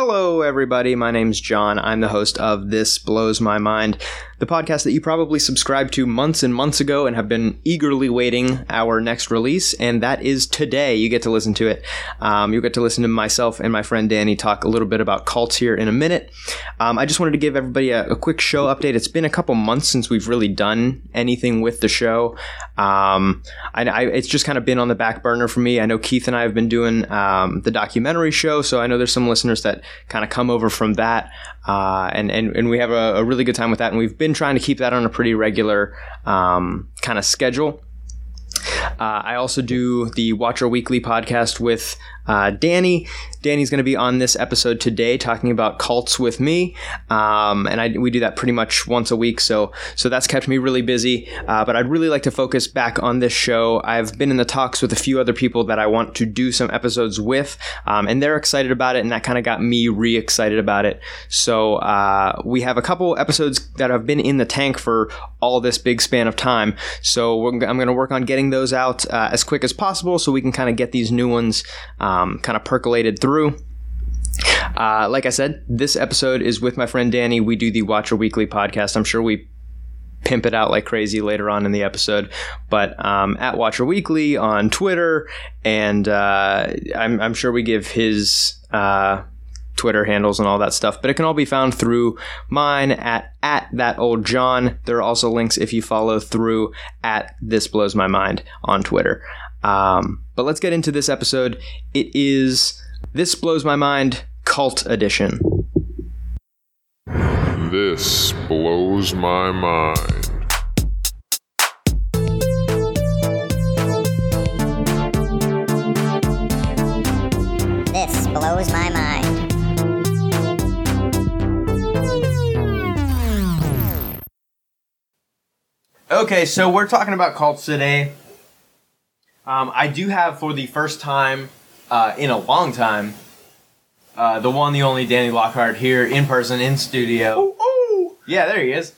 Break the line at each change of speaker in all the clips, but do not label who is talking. Hello, everybody. My name's John. I'm the host of This Blows My Mind, the podcast that you probably subscribed to months and months ago and have been eagerly waiting our next release, and that is today. You get to listen to it. Um, you get to listen to myself and my friend Danny talk a little bit about cults here in a minute. Um, I just wanted to give everybody a, a quick show update. It's been a couple months since we've really done anything with the show. Um, I, I, it's just kind of been on the back burner for me. I know Keith and I have been doing um, the documentary show, so I know there's some listeners that kind of come over from that, uh, and, and and we have a, a really good time with that. And we've been trying to keep that on a pretty regular um, kind of schedule. Uh, I also do the Watcher Weekly podcast with uh, Danny. Danny's going to be on this episode today, talking about cults with me, um, and I, we do that pretty much once a week. So, so that's kept me really busy. Uh, but I'd really like to focus back on this show. I've been in the talks with a few other people that I want to do some episodes with, um, and they're excited about it, and that kind of got me re-excited about it. So, uh, we have a couple episodes that have been in the tank for all this big span of time. So, we're, I'm going to work on getting those out uh, as quick as possible, so we can kind of get these new ones um, kind of percolated through. Uh, like I said, this episode is with my friend Danny. We do the Watcher Weekly podcast. I'm sure we pimp it out like crazy later on in the episode. But um, at Watcher Weekly on Twitter, and uh, I'm, I'm sure we give his. Uh, Twitter handles and all that stuff, but it can all be found through mine at at that old John. There are also links if you follow through at this blows my mind on Twitter. Um, but let's get into this episode. It is this blows my mind cult edition.
This blows my mind.
This blows my mind.
Okay, so we're talking about cults today. Um, I do have for the first time uh, in a long time uh, the one, the only Danny Lockhart here in person in studio. Yeah, there he is.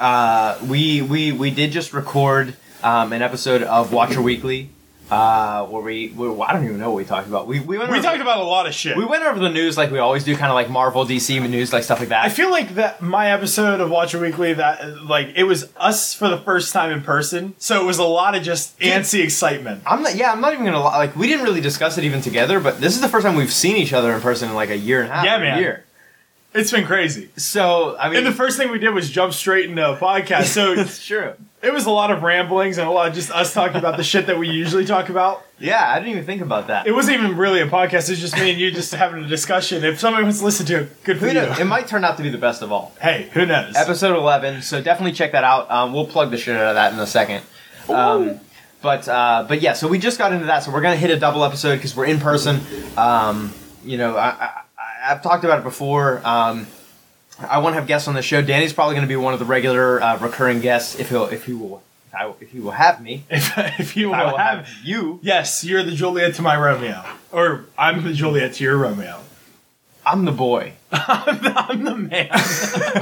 Uh, we we we did just record um, an episode of Watcher Weekly. Uh, where we, we I don't even know what we talked about. We we went
We
over,
talked about a lot of shit.
we went over the news like we always do, kind of like Marvel, DC news, like stuff like that.
I feel like that my episode of Watcher Weekly that like it was us for the first time in person, so it was a lot of just antsy excitement.
I'm not. Yeah, I'm not even gonna lie. Like, we didn't really discuss it even together, but this is the first time we've seen each other in person in like a year and a half.
Yeah,
a
man.
Year.
It's been crazy.
So I mean,
And the first thing we did was jump straight into a podcast, so
it's true.
it was a lot of ramblings and a lot of just us talking about the shit that we usually talk about.
Yeah, I didn't even think about that.
It wasn't even really a podcast; it's just me and you just having a discussion. If someone wants to listen to it, good for
Who
you.
knows? It might turn out to be the best of all.
hey, who knows?
Episode 11. So definitely check that out. Um, we'll plug the shit out of that in a second. Um, but uh, but yeah, so we just got into that. So we're gonna hit a double episode because we're in person. Um, you know, I, I, I- I've talked about it before. Um, I want to have guests on the show. Danny's probably gonna be one of the regular uh, recurring guests if he'll if he will if, I, if he will have me.
if, if you
I
will
will have
have,
you.
yes, you're the Juliet to my Romeo, or I'm the Juliet to your Romeo.
I'm the boy.
I'm the man.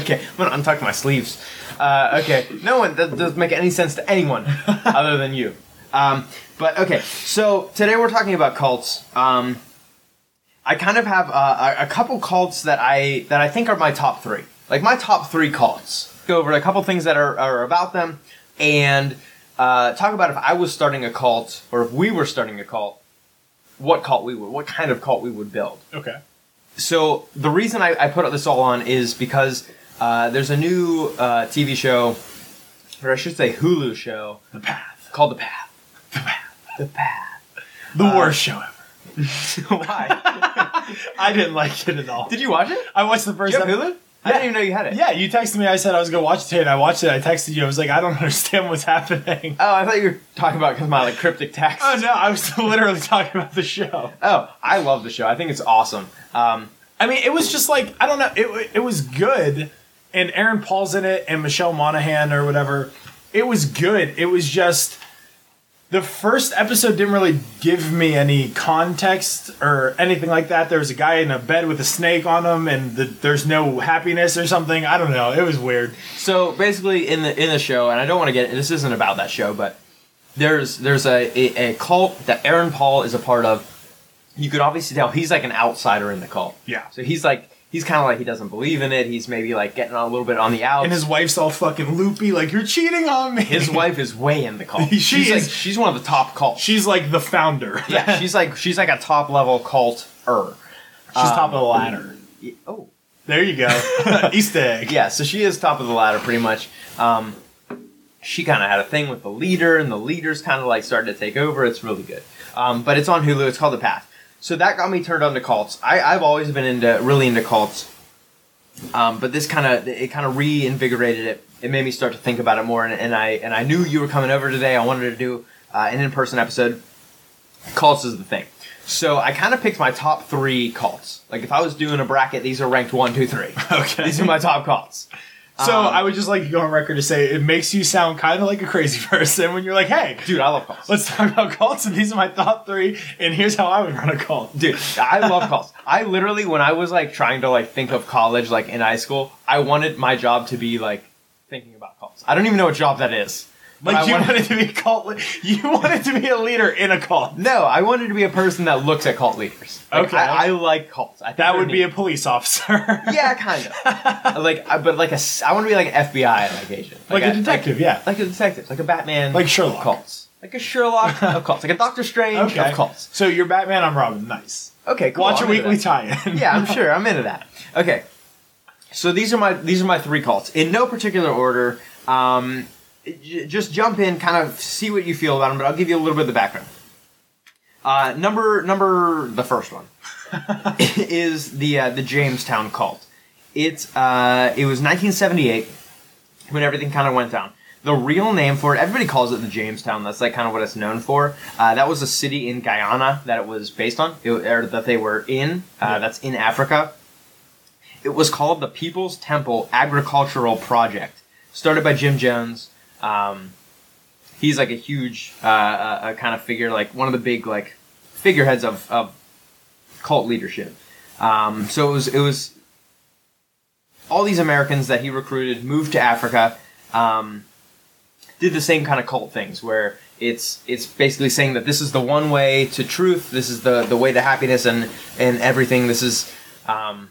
okay, I'm gonna untuck my sleeves. Uh, okay, no one that doesn't make any sense to anyone other than you. Um, but okay, so today we're talking about cults. Um, I kind of have uh, a, a couple cults that I that I think are my top three, like my top three cults. Go over a couple things that are, are about them, and uh, talk about if I was starting a cult or if we were starting a cult, what cult we would, what kind of cult we would build uh,
Okay. The Path.
called The Path. The Path.
The
Uh,
worst show ever.
The Path. Why?
I didn't like it at all.
Did you watch it?
I watched the first
You have
epi-
Hulu? I didn't
Yeah.
even know you had it.
Yeah, you texted me. I said I was gonna watch it today, and I watched it. I texted you. I was like, I don't understand what's happening.
Oh, I thought you were talking about because my like cryptic text.
Oh no, I was literally talking about the show.
Oh, I love the show. I think it's awesome. Um,
I mean, it was just like I don't know. It it was good, and Aaron Paul's in it, and Michelle Monaghan or whatever. It was good. It was just the first episode didn't really give me any context or anything like that. There was a guy in a bed with a snake on him, and the, there's no happiness or something. I don't know. It was weird.
so basically, in the in the show, and I don't want to get this isn't about that show, but there's there's a, a, a cult that Aaron Paul is a part of you could obviously tell he's like an outsider in the cult.
Yeah.
So he's like he's kind of like he doesn't believe in it. He's maybe like getting a little bit on the outs.
And his wife's all fucking loopy, like you're cheating on me.
His wife is way in the cult.
She
she's
is-
like she's one of the top cults.
she's like the founder.
yeah, she's like she's like a top level cult er.
she's top
Um,
of the ladder.
Oh.
There you go, Easter egg.
Yeah, so she is top of the ladder pretty much. Um, she kind of had a thing with the leader, and the leader's kind of like starting to take over. It's really good. Um, but it's on Hulu. It's called The Path. So that got me turned on to cults. I, I've always been into really into cults, um, but this kind of it kind of reinvigorated it. It made me start to think about it more, and, and I and I knew you were coming over today. I wanted to do uh, an in person episode. Cults is the thing. So I kind of picked my top three cults. Like if I was doing a bracket, these are ranked one, two, three.
Okay.
These are my top cults.
So I would just like to go on record to say it makes you sound kind of like a crazy person when you're like, hey,
Dude, I love cults.
let's talk about cults, and these are my top three, and here's how I would run a cult.
Dude, I love cults. I literally, when I was like trying to like think of college, like in high school, I wanted my job to be like thinking about cults. I don't even know what job that is. But
Like
I
you
wanted-
wanted to be a cult, li- you wanted to be a leader in a cult.
no, I wanted to be a person that looks at cult leaders. Like,
Okay.
I, I like cults. I think
That
they're
would be
neat.
a police officer,
yeah, kind of like, I, but like a s- I want to be like an FBI like agent,
like a detective. Yeah,
like a detective, like a Batman,
Like Sherlock.
of cults, like a Sherlock of cults, like a Doctor Strange
okay.
of cults.
So you're Batman, I'm Robin. Nice.
Okay, cool.
Watch
I'm
a
into
weekly
that.
tie-in.
yeah, I'm sure. I'm into that. Okay. So these are my these are my three cults in no particular order. Um, j- just jump in, kind of see what you feel about them, but I'll give you a little bit of the background. Uh, number number the first one is the uh, the Jamestown cult. It's uh, it was 1978 when everything kind of went down. The real name for it, everybody calls it the Jamestown. That's like kind of what it's known for. Uh, that was a city in Guyana that it was based on, it, or that they were in. Uh, That's in Africa. It was called the People's Temple Agricultural Project, started by Jim Jones. Um, he's like a huge uh, uh, uh, kind of figure, like one of the big like figureheads of, of cult leadership. Um, so it was it was all these Americans that he recruited moved to Africa, um, did the same kind of cult things where it's it's basically saying that this is the one way to truth, this is the the way to happiness and and everything. This is um,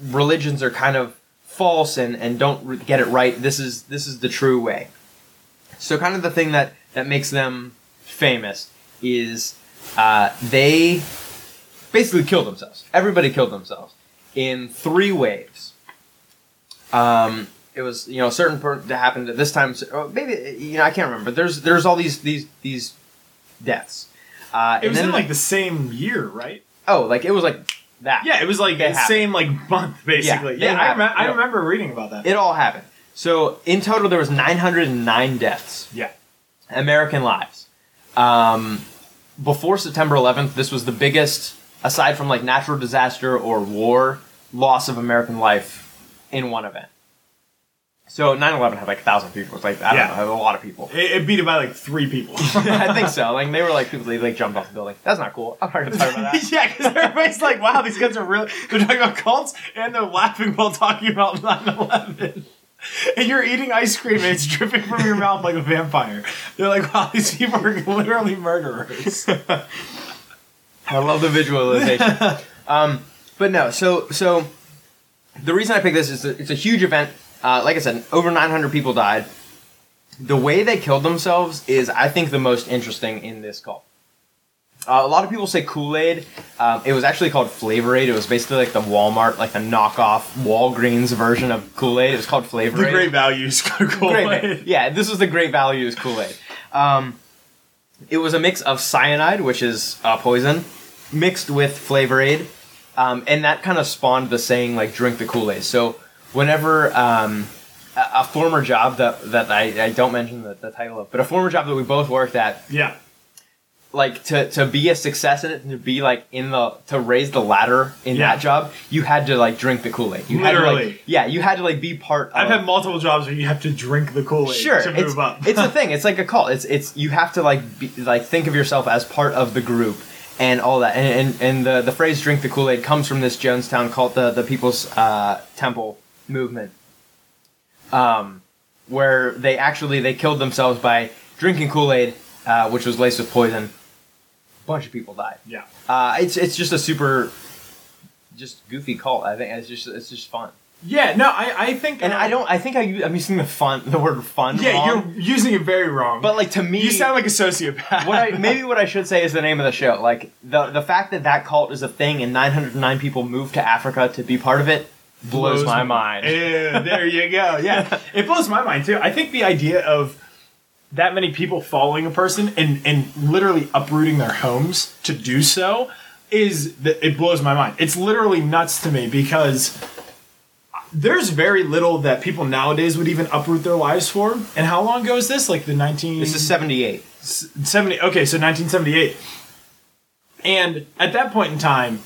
religions are kind of false and and don't re- get it right. This is this is the true way. So kind of the thing that that makes them famous is uh, they basically killed themselves. Everybody killed themselves in three waves. Um, it was you know a certain per- that happened at this time. So, or maybe you know I can't remember. But there's there's all these these these deaths. Uh,
It
and
was
then
in like the same year, right?
oh like it was like that.
Yeah, it was like
They
the
happened.
same like month basically.
they
Yeah, I,
happened.
remem- I
Yeah.
remember reading about that.
It all happened. So in total there was 909 deaths.
yeah.
American lives. Um, before September 11th, this was the biggest, aside from like natural disaster or war, loss of American life in one event. So 9/11 had like a thousand people. It's like I don't
Yeah.
know, had a lot of people.
It, it beat it by like three people.
I think so. Like they were like people they like jumped off the building. That's not cool. I'm not gonna talk about that.
yeah, because everybody's like, wow, these guys are really. They're talking about cults and they're laughing while talking about 9 11. And you're eating ice cream and it's dripping from your mouth like a vampire. They're like, wow, these people are literally murderers.
I love the visualization. um, but no, so so the reason I picked this is that it's a huge event. Uh, like I said, over 900 people died. The way they killed themselves is, I think, the most interesting in this cult. Uh, a lot of people say Kool Aid. Um, it was actually called Flavor Aid. It was basically like the Walmart, like the knockoff Walgreens version of Kool Aid. It was called Flavor
the
Aid.
great values. Cool.
Great Value. Yeah, this was the Great Values Kool Aid. Um, it was a mix of cyanide, which is uh, poison, mixed with Flavor Aid, um, and that kind of spawned the saying like "drink the Kool Aid." So, whenever um, a, a former job that that I, I don't mention the, the title of, but a former job that we both worked at,
Yeah.
like to, to be a success in it and to be like in the to raise the ladder in
Yeah.
that job, you had to like drink the Kool Aid. You had to,
Literally.
like, yeah, you had to like be part.
I've
of,
had multiple jobs where you have to drink the Kool Aid
sure
to move
it's,
up.
it's a thing it's like a cult it's it's you have to like be, like think of yourself as part of the group and all that and and, and the, the phrase drink the kool-aid comes from this jonestown cult the, the people's uh, temple movement um, where they actually they killed themselves by drinking kool-aid uh, which was laced with poison bunch of people died.
Yeah.
Uh, it's it's just a super, just goofy cult. I think it's just it's just fun.
Yeah, no, I, I think.
And
uh,
I don't. I think I, u- I'm using the fun the word fun.
Yeah,
wrong,
you're using it very wrong.
But like to me,
you sound like a sociopath.
what I, maybe what I should say is the name of the show. Like the the fact that that cult is a thing and 909 people moved to Africa to be part of it blows, my mind.
Ew, there you go. Yeah, it blows my mind too. I think the idea of that many people following a person and and literally uprooting their homes to do so is that it blows my mind. It's literally nuts to me because there's very little that people nowadays would even uproot their lives for. And how long ago is this? Like the 19
This is 78.
70 okay so 1978 and at that point in time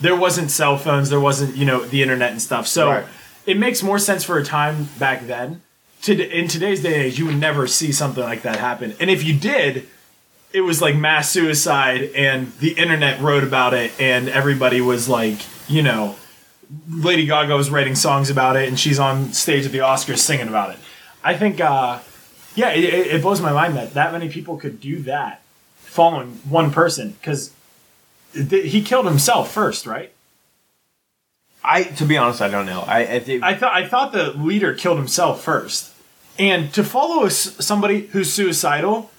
there wasn't cell phones there wasn't you know the internet and stuff so
Right.
it makes more sense for a time back then to in today's day and age you would never see something like that happen and if you did it was like mass suicide and the internet wrote about it and everybody was like you know lady gaga was writing songs about it and she's on stage at the oscars singing about it i think uh yeah, it, it it blows my mind that that many people could do that following one person because th- he killed himself first, right?
I to be honest, I don't know. I I, think-
I thought I thought the leader killed himself first, and to follow s somebody who's suicidal,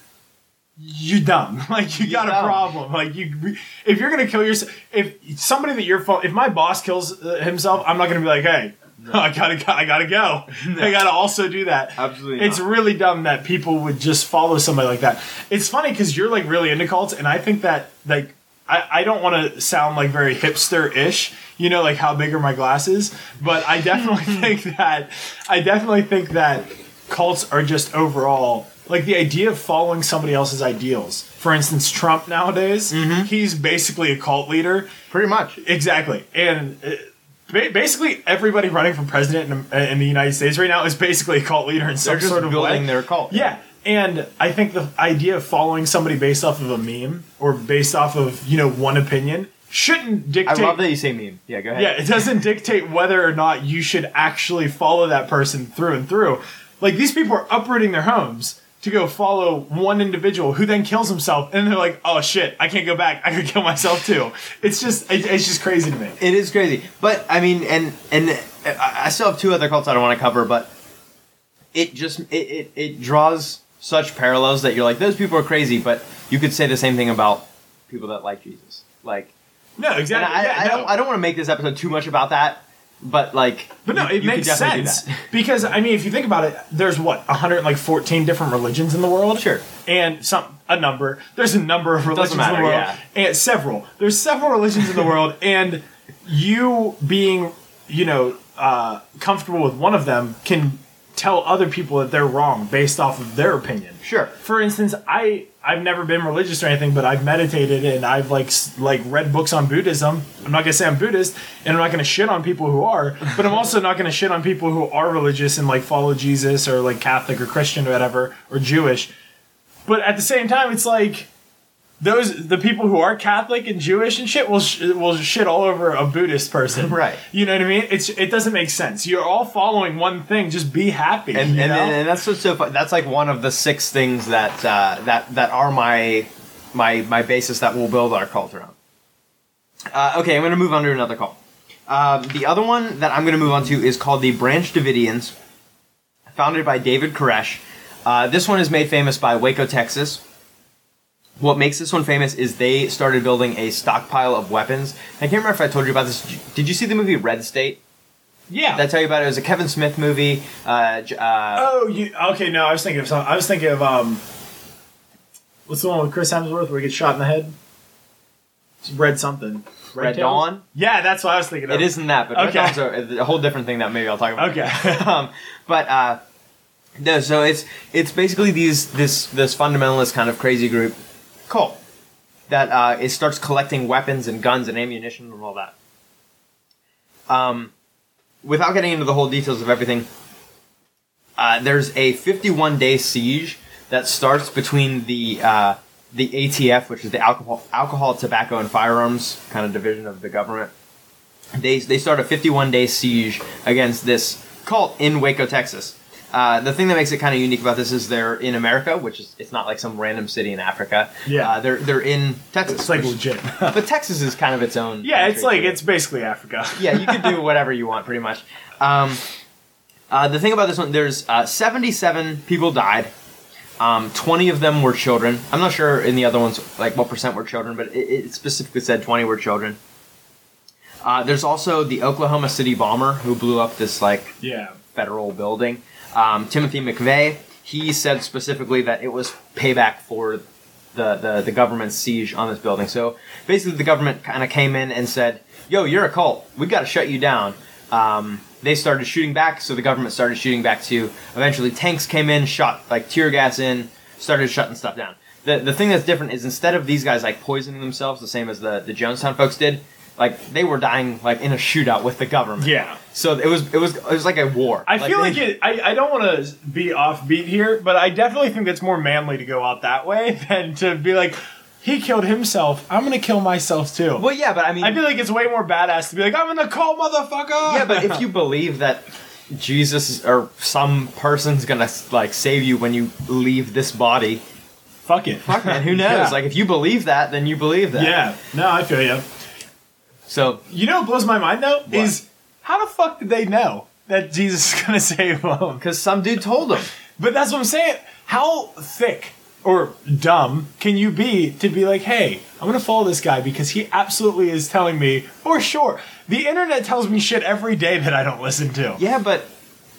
you dumb. Like you got
dumb.
a problem. Like you, if you're gonna kill yourself, if somebody that you're, fo- if my boss kills uh, himself, I'm not gonna be like, hey. I gotta, go- I gotta go. I gotta also do that.
Absolutely
it's
not.
really dumb that people would just follow somebody like that. It's funny because you're like really into cults, and I think that like I, I don't want to sound like very hipster ish, you know, like how big are my glasses? But I definitely think that I definitely think that cults are just overall like the idea of following somebody else's ideals. For instance, Trump nowadays,
Mm-hmm.
he's basically a cult leader.
pretty much.
Exactly, and uh, ba- basically everybody running for president in, in the United States right now is basically a cult leader in some
They're just
sort of
building
way.
their cult.
Yeah, and I think the idea of following somebody based off of a meme or based off of you know one opinion shouldn't
I
dictate.
love that you say meme. Yeah, go ahead.
Yeah, it doesn't dictate whether or not you should actually follow that person through and through. Like these people are uprooting their homes to go follow one individual who then kills himself, and they're like, "Oh shit, I can't go back. I could kill myself too." It's just, it, it's just crazy to me.
It is crazy, but I mean, and and I I still have two other cults I don't want to cover, but it just it, it it draws such parallels that you're like those people are crazy, but you could say the same thing about people that like Jesus. Like,
No,
and
exactly.
I,
yeah,
I
no.
don't I don't want to make this episode too much about that, but like,
But no,
you-
it
you could
makes
definitely do
sense
that.
because I mean, if you think about it, there's what 114 different religions in the world.
Sure.
and some a number. There's a number of religions in
matter,
the world,
yeah.
and several. There's several religions in the world, and you being, you know, uh, comfortable with one of them can tell other people that they're wrong based off of their opinion.
Sure.
For instance, I I've never been religious or anything, but I've meditated and I've like s- like read books on Buddhism. I'm not gonna say I'm Buddhist, and I'm not gonna shit on people who are, but I'm also not gonna shit on people who are religious and like follow Jesus or like Catholic or Christian or whatever or Jewish. But at the same time, it's like those the people who are Catholic and Jewish and shit will sh- will shit all over a Buddhist person,
Right.
You know what I mean? It's it doesn't make sense. You're all following one thing. Just be happy.
and
you
and,
know?
and, and that's what's so fun. That's like one of the six things that uh, that that are my my my basis that we'll build our cult around. Uh, okay, I'm going to move on to another cult. Um, the other one that I'm going to move on to is called the Branch Davidians, founded by David Koresh. Uh, this one is made famous by Waco, Texas. What makes this one famous is they started building a stockpile of weapons. I can't remember if I told you about this. Did you- Did you see the movie Red State?
yeah.
Did I tell you about it? It was a Kevin Smith movie. Uh, j- uh,
oh, you okay? No, I was thinking of some, I was thinking of um, what's the one with Chris Hemsworth where he gets shot in the head? It's Red something.
Red
Tails?
Dawn?
Yeah, that's what I was thinking. of.
It isn't that, but
Okay.
it's also a whole different thing that maybe I'll talk about.
Okay.
um, but uh, no, so it's it's basically these this this fundamentalist kind of crazy group cult that uh, it starts collecting weapons and guns and ammunition and all that. Um, without getting into the whole details of everything, uh, there's a 51 day siege that starts between the uh, the ATF, which is the alcohol, alcohol, tobacco, and firearms kind of division of the government. They they start a 51 day siege against this cult in Waco, Texas. Uh, the thing that makes it kind of unique about this is they're in America, which is it's not like some random city in Africa.
Yeah.
uh, they're they're in Texas.
It's like
which-
legit.
but Texas is kind of its own.
yeah, it's
country,
like
too.
it's basically Africa.
yeah, you can do whatever you want, pretty much. Um, uh, the thing about this one, there's uh, 77 people died. Um, 20 of them were children. I'm not sure in the other ones, like what percent were children, but it, it specifically said 20 were children. Uh, there's also the Oklahoma City bomber who blew up this like
Yeah.
federal building. Um, Timothy McVeigh, he said specifically that it was payback for the, the, the government's siege on this building. So basically, the government kind of came in and said, Yo, you're a cult. We've got to shut you down. Um, they started shooting back, so the government started shooting back too. Eventually, tanks came in, shot like tear gas in, started shutting stuff down. The, the thing that's different is instead of these guys like poisoning themselves the same as the, the Jonestown folks did, like they were dying like in a shootout with the government.
Yeah.
So it was it was it was like a war.
I feel like
they-
it. I, I don't want to be offbeat here, but I definitely think it's more manly to go out that way than to be like, he killed himself. I'm gonna kill myself too.
Well, yeah, but I mean,
I feel like it's way more badass to be like, I'm gonna call motherfucker.
yeah, but if you believe that Jesus is- or some person's gonna like save you when you leave this body,
fuck it.
fuck man, who knows?
Yeah.
Like if you believe that, then you believe that.
yeah. No, I feel you.
So
You know what blows my mind though is how the fuck did they know that Jesus is gonna save them?
because some dude told him.
But that's what I'm saying. How thick or dumb can you be to be like, hey, I'm gonna follow this guy because he absolutely is telling me for sure. The internet tells me shit every day that I don't listen to.
Yeah, but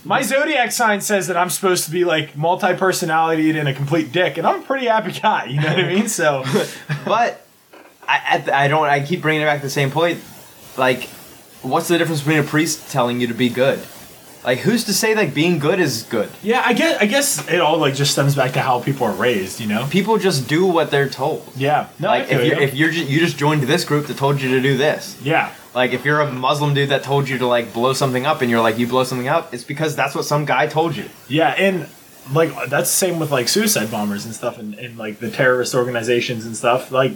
My zodiac sign says that I'm supposed to be like multi personality and a complete dick, and I'm a pretty happy guy. You know what I mean? So
but I at the- I don't. I keep bringing it back to the same point. Like, what's the difference between a priest telling you to be good? Like, who's to say like being good is good?
yeah, I guess I guess it all like just stems back to how people are raised. You know?
People just do what they're told.
Yeah. No, I
like
feel
if you're,
you.
if you're ju- you just joined this group that told you to do this
yeah.
like if you're a muslim dude that told you to like blow something up and you're like you blow something up it's because that's what some guy told you
Yeah, and like that's the same with like suicide bombers and stuff, and, and like the terrorist organizations and stuff. Like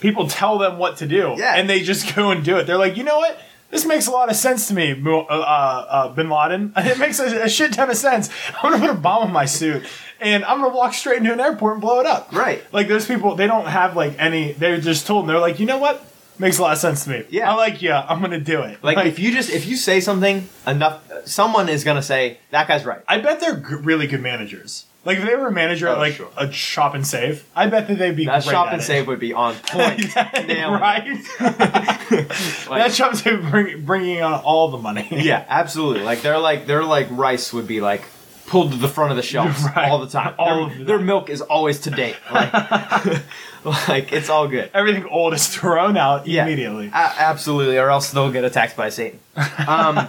people tell them what to do,
Yeah.
and they just go and do it. They're like, you know what? This makes a lot of sense to me, Mu- uh, uh, Bin Laden. It makes a, a shit ton of sense. I'm gonna put a bomb in my suit, and I'm gonna walk straight into an airport and blow it up.
Right.
Like those people, they don't have like any. They're just told. And they're like, you know what? Makes a lot of sense to me.
Yeah.
I like you. I'm gonna do it.
like, if you just if you say something enough someone is gonna say that guy's right
I bet they're g- really good managers. Like if they were a manager at
Oh,
like
sure.
a shop and save, I bet that they'd be
that
great
shop
at
and
it.
save would be on point Nailed it.
right? that shop and save bring, bringing on all the money.
yeah absolutely like they're like they're like rice would be like pulled to the front of the shelves
Right.
all the time
All
their,
of the
their
time.
milk is always to date like, like it's all good
everything old is thrown out
Yeah.
immediately.
A- absolutely, or else they'll get attacked by Satan. Um,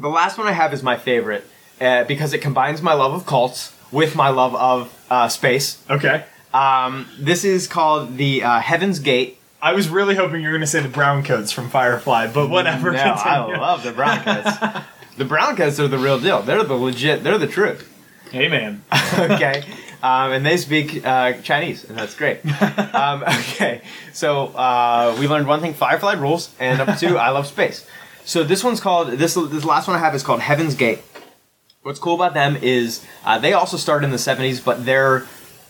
the last one I have is my favorite uh, because it combines my love of cults with my love of uh, space.
Okay,
Um, this is called the uh, Heaven's Gate.
I was really hoping you were going to say the brown coats from Firefly, but whatever.
No, Oh, I
continue.
love the Broncos. the Broncos are the real deal. They're the legit. They're the truth.
Hey man,
Okay. Um, and they speak uh, Chinese, and that's great. Um, okay, so uh, we learned one thing: Firefly rules, and number two, I love space. So this one's called this. This last one I have is called Heaven's Gate. What's cool about them is uh, they also started in the '70s, but they're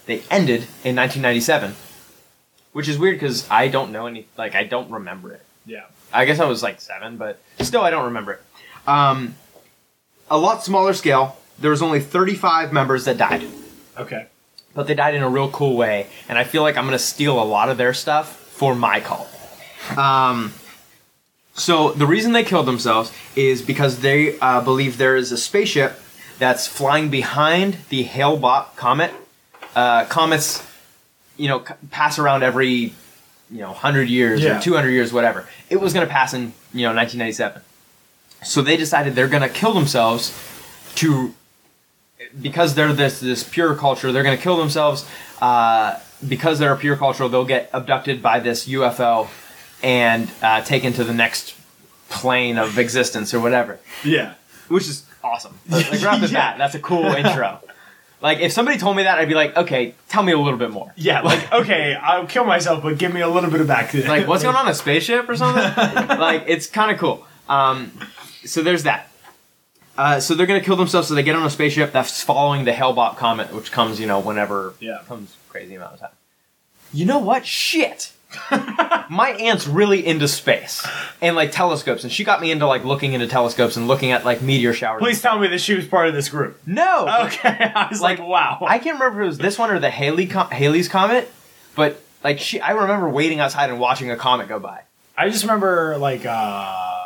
they ended in 1997, which is weird because I don't know any. Like I don't remember it.
yeah,
I guess I was like seven, but still, I don't remember it. Um, a lot smaller scale. There was only 35 members that died
okay,
but they died in a real cool way, and I feel like I'm gonna steal a lot of their stuff for my cult. Um, so the reason they killed themselves is because they uh, believe there is a spaceship that's flying behind the Hale-Bopp comet. Uh, comets, you know, c- pass around every, you know, hundred years
Yeah.
or 200 years, whatever. It was gonna pass in, you know, 1997. So they decided they're gonna kill themselves to because they're this this pure culture, they're going to kill themselves. Uh, because they're a pure culture, they'll get abducted by this UFO and uh, taken to the next plane of existence or whatever,
yeah,
which is awesome. Like right off the
Yeah.
bat, that's a cool intro. Like if somebody told me that, I'd be like, okay, tell me a little bit more.
yeah. Like okay, I'll kill myself, but give me a little bit of back.
Like what's going on a spaceship or something? like it's kind of cool. Um, so there's that. Uh, so they're gonna kill themselves. So they get on a spaceship that's following the Hellbop comet, which comes, you know, whenever
Yeah.
comes crazy amount of time. You know what? Shit. My aunt's really into space and like telescopes, and she got me into like looking into telescopes and looking at like meteor showers.
Please Oh, tell me that she was part of this group.
no.
Okay, I was like,
Like,
wow.
I can't remember if it was this one or the Haley com- Haley's comet, but like she, I remember waiting outside and watching a comet go by.
I just remember like uh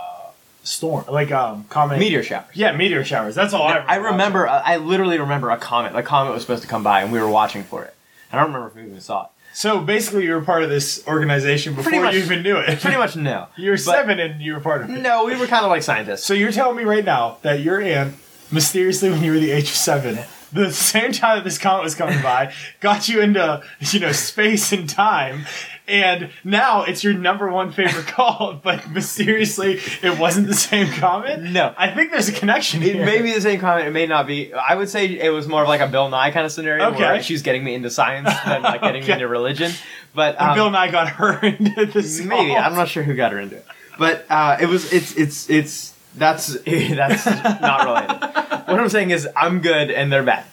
storm, like um comet
Meteor showers.
Yeah, meteor showers. That's all I remember.
I remember. uh, I I literally remember a comet. The comet was supposed to come by, and we were watching for it. I don't remember if we even saw it.
So basically, you were part of this organization before
Pretty much.
you even knew it.
Pretty much no.
you were
But-
seven and you were part of it.
No, we were kind of like scientists.
So you're telling me right now that your aunt, mysteriously when you were the age of seven, the same time that this comet was coming by, got you into you know space and time, and now it's your number one favorite call. But mysteriously, it wasn't the same comet.
No.
I think there's a connection
It
here.
may be the same comet. It may not be. I would say it was more of like a Bill Nye kind of scenario where
Okay.
she's getting me into science than like getting me
Okay.
into religion. But
And
um,
Bill and I got her into this.
maybe
call.
I'm not sure who got her into it. But uh, it was. It's. It's. It's. That's. That's not related. what I'm saying is I'm good and they're bad.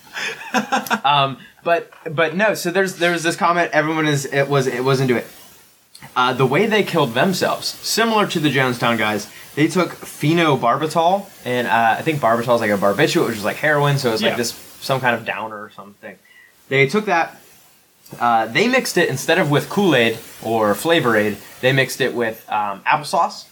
Um. But. But no. So there's. There was this comment. Everyone is. It was. It was into it. Uh, the way they killed themselves, similar to the Jonestown guys, they took phenobarbital, and uh, I think barbital is like a barbiturate, which is like heroin, so it's
Yeah.
like this some kind of downer or something. They took that, uh, they mixed it instead of with Kool Aid or Flavor Aid, they mixed it with um, applesauce,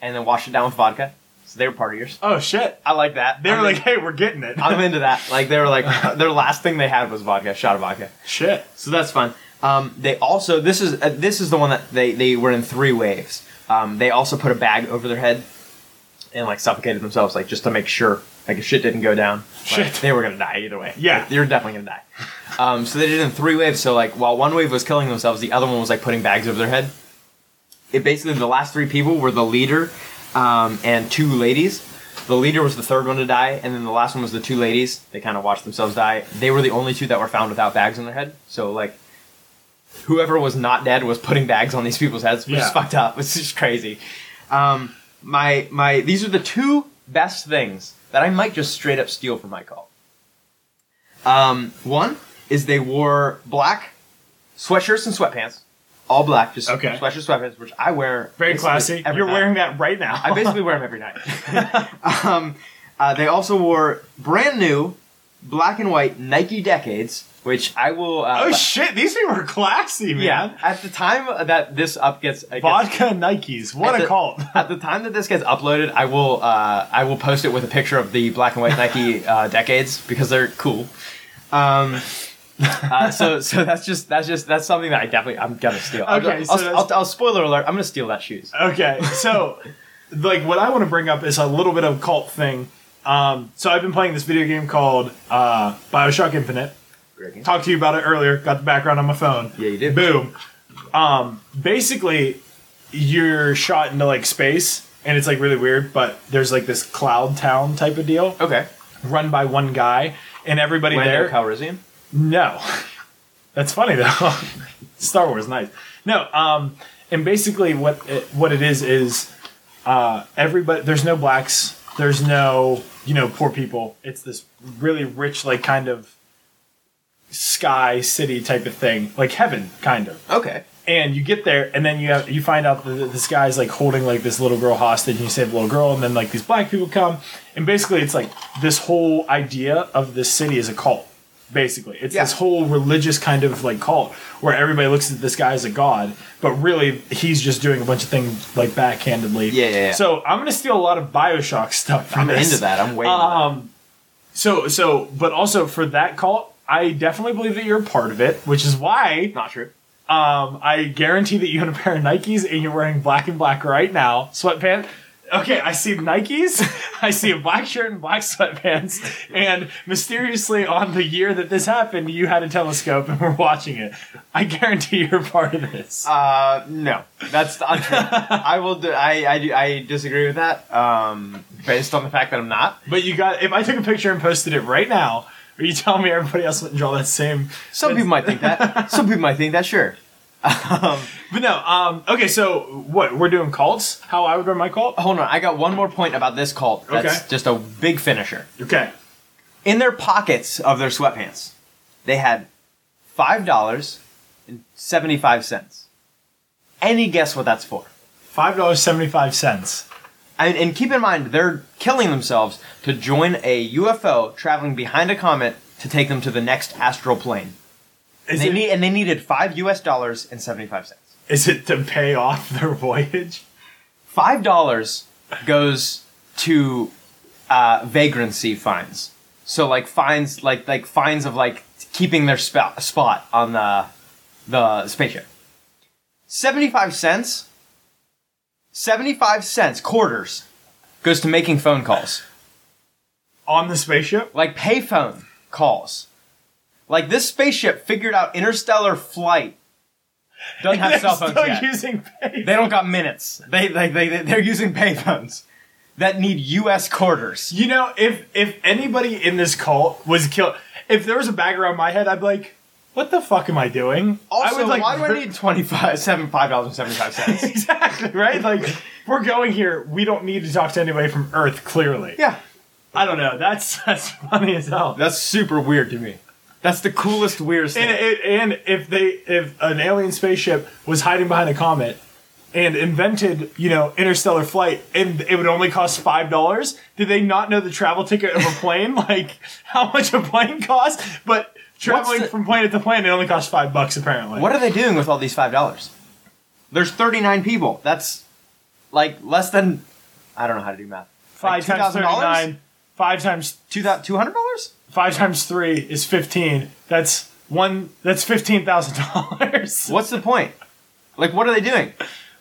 and then washed it down with vodka. So they were partiers.
Oh shit.
I like that.
They were
I'm
like,
in-
hey, we're getting it.
I'm into that. Like they were like, their last thing they had was vodka, a shot of vodka.
Shit.
So that's fun. Um, they also this is uh, this is the one that they they were in three waves. Um, they also put a bag over their head and like suffocated themselves, like just to make sure like if shit didn't go down, like,
Shit.
they were gonna die either way.
Yeah.
they were definitely gonna die. Um, so they did it in three waves. So like while one wave was killing themselves, the other one was like putting bags over their head. It basically the last three people were the leader um, and two ladies. The leader was the third one to die, and then the last one was the two ladies. They kind of watched themselves die. They were the only two that were found without bags on their head. So like, whoever was not dead was putting bags on these people's heads, which
Yeah.
is fucked up. It's just crazy. Um, my my these are the two best things that I might just straight up steal from my call. Um, one is they wore black sweatshirts and sweatpants, all black, just
Okay.
sweatshirts, sweatpants, which I wear
Very
basically
classy.
every
You're
night.
wearing that right now.
I basically wear them every night. um, uh, they also wore brand new black and white Nike Decades, which I will. Uh,
oh shit, these people are classy, man.
yeah. At the time that this up gets, uh, gets
Vodka and Nikes. What
at
a
the-
cult.
At the time that this gets uploaded, I will uh, I will post it with a picture of the black and white Nike uh, decades because they're cool. Um, uh, so so that's just that's just that's something that I definitely I'm gonna steal. I'll-
Okay, so
I'll, I'll,
that's-
I'll- I'll- spoiler alert. I'm gonna steal that shoes.
Okay, so like what I want to bring up is a little bit of a cult thing. Um, so I've been playing this video game called uh, Bioshock Infinite. Talked to you about it earlier. Got the background on my phone.
Yeah, you did.
Boom. Um, basically, you're shot into like space, and it's like really weird. But there's like this cloud town type of deal.
Okay,
run by one guy, and everybody
Lando
there.
Calrissian.
no, that's funny though. Star Wars, nice. No, um, and basically what it, what it is is uh, everybody. There's no blacks. There's no you know poor people. It's this really rich like kind of sky city type of thing, like heaven kind of
Okay,
and you get there and then you have you find out that this guy's like holding like this little girl hostage and you save the little girl and then like these black people come and basically it's like this whole idea of this city is a cult basically it's this
Yeah.
whole religious kind of like cult where everybody looks at this guy as a god but really he's just doing a bunch of things like backhandedly
Yeah, yeah, yeah.
so i'm gonna steal a lot of bioshock stuff from
I'm
this.
into that. I'm way. into that.
Um, so so but also for that cult i definitely believe that you're a part of it which is why
Not true.
um, I guarantee that you own a pair of Nikes and you're wearing black and black right now. Sweatpants. Okay, I see Nikes, I see a black shirt and black sweatpants, and mysteriously on the year that this happened, you had a telescope and were watching it. I guarantee you're part of this.
Uh, no, that's untrue. I will. Do, I, I do- I disagree with that. Um, based on the fact that I'm not.
but you got if I took a picture and posted it right now, are you telling me everybody else wouldn't draw that same
Some people might think that. Some people might think that. Sure.
But no, um, okay, so what? We're doing cults? How I would run my cult?
Hold on, I got one more point about this cult. That's
Okay.
just a big finisher.
Okay.
In their pockets of their sweatpants, they had five dollars and seventy-five cents. Any guess what that's for?
$5.75.
And, and keep in mind, they're killing themselves to join a UFO traveling behind a comet to take them to the next astral plane.
Is
They
it,
need, and they needed five U.S. dollars and seventy-five cents.
is it to pay off their voyage?
Five dollars goes to uh, vagrancy fines. So like fines, like like fines of like keeping their spa- spot on the the spaceship. Seventy-five cents. Seventy-five cents quarters goes to making phone calls.
On the spaceship?
like payphone calls. Like this spaceship figured out interstellar flight. Doesn't have
They're
cell phones
still
yet.
using pay.
they don't got minutes. They like they they- they're using payphones that need U.S. quarters.
You know, if if anybody in this cult was killed, if there was a bag around my head, I'd be like, what the fuck am I doing?
Also,
I would like
why do I need twenty five seven five dollars and seventy five cents?
exactly right? Like, we're going here. We don't need to talk to anybody from Earth. Clearly,
yeah,
I don't know. That's that's funny as hell.
that's super weird to me. That's the coolest weirdest
and,
thing.
it- and if they if an alien spaceship was hiding behind a comet and invented you know interstellar flight and it would only cost five dollars did they not know the travel ticket of a plane like how much a plane costs but traveling
the-
from planet to planet it only costs five bucks apparently
What are they doing with all these five dollars? There's thirty nine people. That's like less than I don't know how to do math.
five
like
times
$2,000?
39 five times
Two hundred dollars.
five times three is 15 that's one that's fifteen thousand dollars.
What's the point? Like, what are they doing?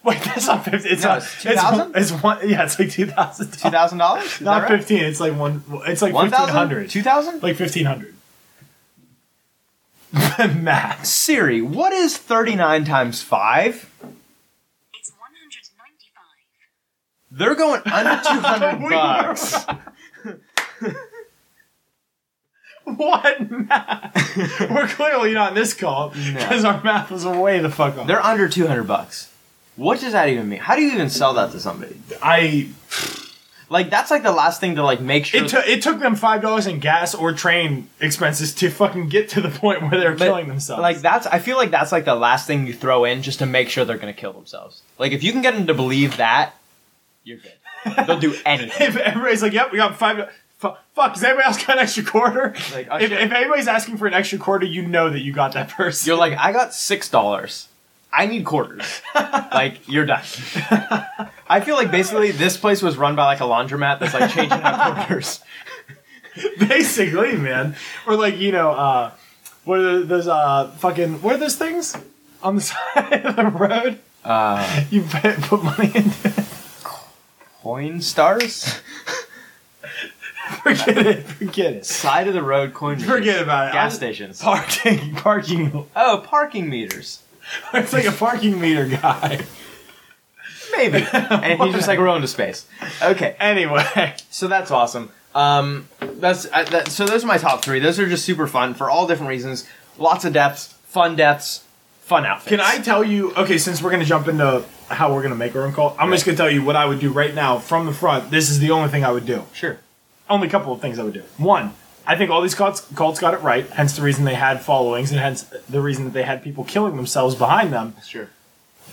Wait, that's not fifteen. It's
No,
not.
it's
it's,
2,000?
it's one. Yeah, it's like two thousand.
Two thousand dollars? Is
Not
that right?
fifteen. It's like one. It's like
One
fifteen
thousand?
hundred.
Two thousand?
Like fifteen hundred. Max.
Siri, what is thirty-nine times five?
It's 195.
They're going under two hundred
We
bucks.
What math? We're clearly not in this call because our math was way the fuck off.
They're under two hundred bucks. What does that even mean? How do you even sell that to somebody?
I.
Like, that's like the last thing to like make sure.
It took it took them five dollars in gas or train expenses to fucking get to the point where they're
but,
killing themselves.
Like that's, I feel like that's like the last thing you throw in just to make sure they're gonna kill themselves. Like if you can get them to believe that, you're good. They'll do anything.
if everybody's like, "Yep, we got five. Fu- Fuck, does anybody else got an extra quarter?
Like, I
if,
should-
if anybody's asking for an extra quarter, you know that you got that person.
You're like, I got six dollars. I need quarters. like, you're done. I feel like basically this place was run by like a laundromat that's like changing out quarters.
Basically, man. Or like, you know, uh, what are those uh, fucking, what are those things on the side of the road? Uh, you put put money into it.
Coin stars?
Forget it. Forget it.
Side of the road coin meters.
Forget about it.
Gas
I'm-
stations.
Parking, parking.
oh, parking meters.
It's like a parking meter guy.
Maybe. and he's just like rolling to space. Okay.
Anyway,
So that's awesome. Um, that's uh, that, so. Those are my top three. Those are just super fun for all different reasons. Lots of deaths, fun deaths, fun outfits.
can I tell you? Okay, since we're gonna jump into how we're gonna make our own call, I'm just gonna tell you what I would do right now from the front. This is the only thing I would do.
Sure.
only couple of things I would do. One, I think all these cults, cults got it right, hence the reason they had followings and hence the reason that they had people killing themselves behind them.
Sure.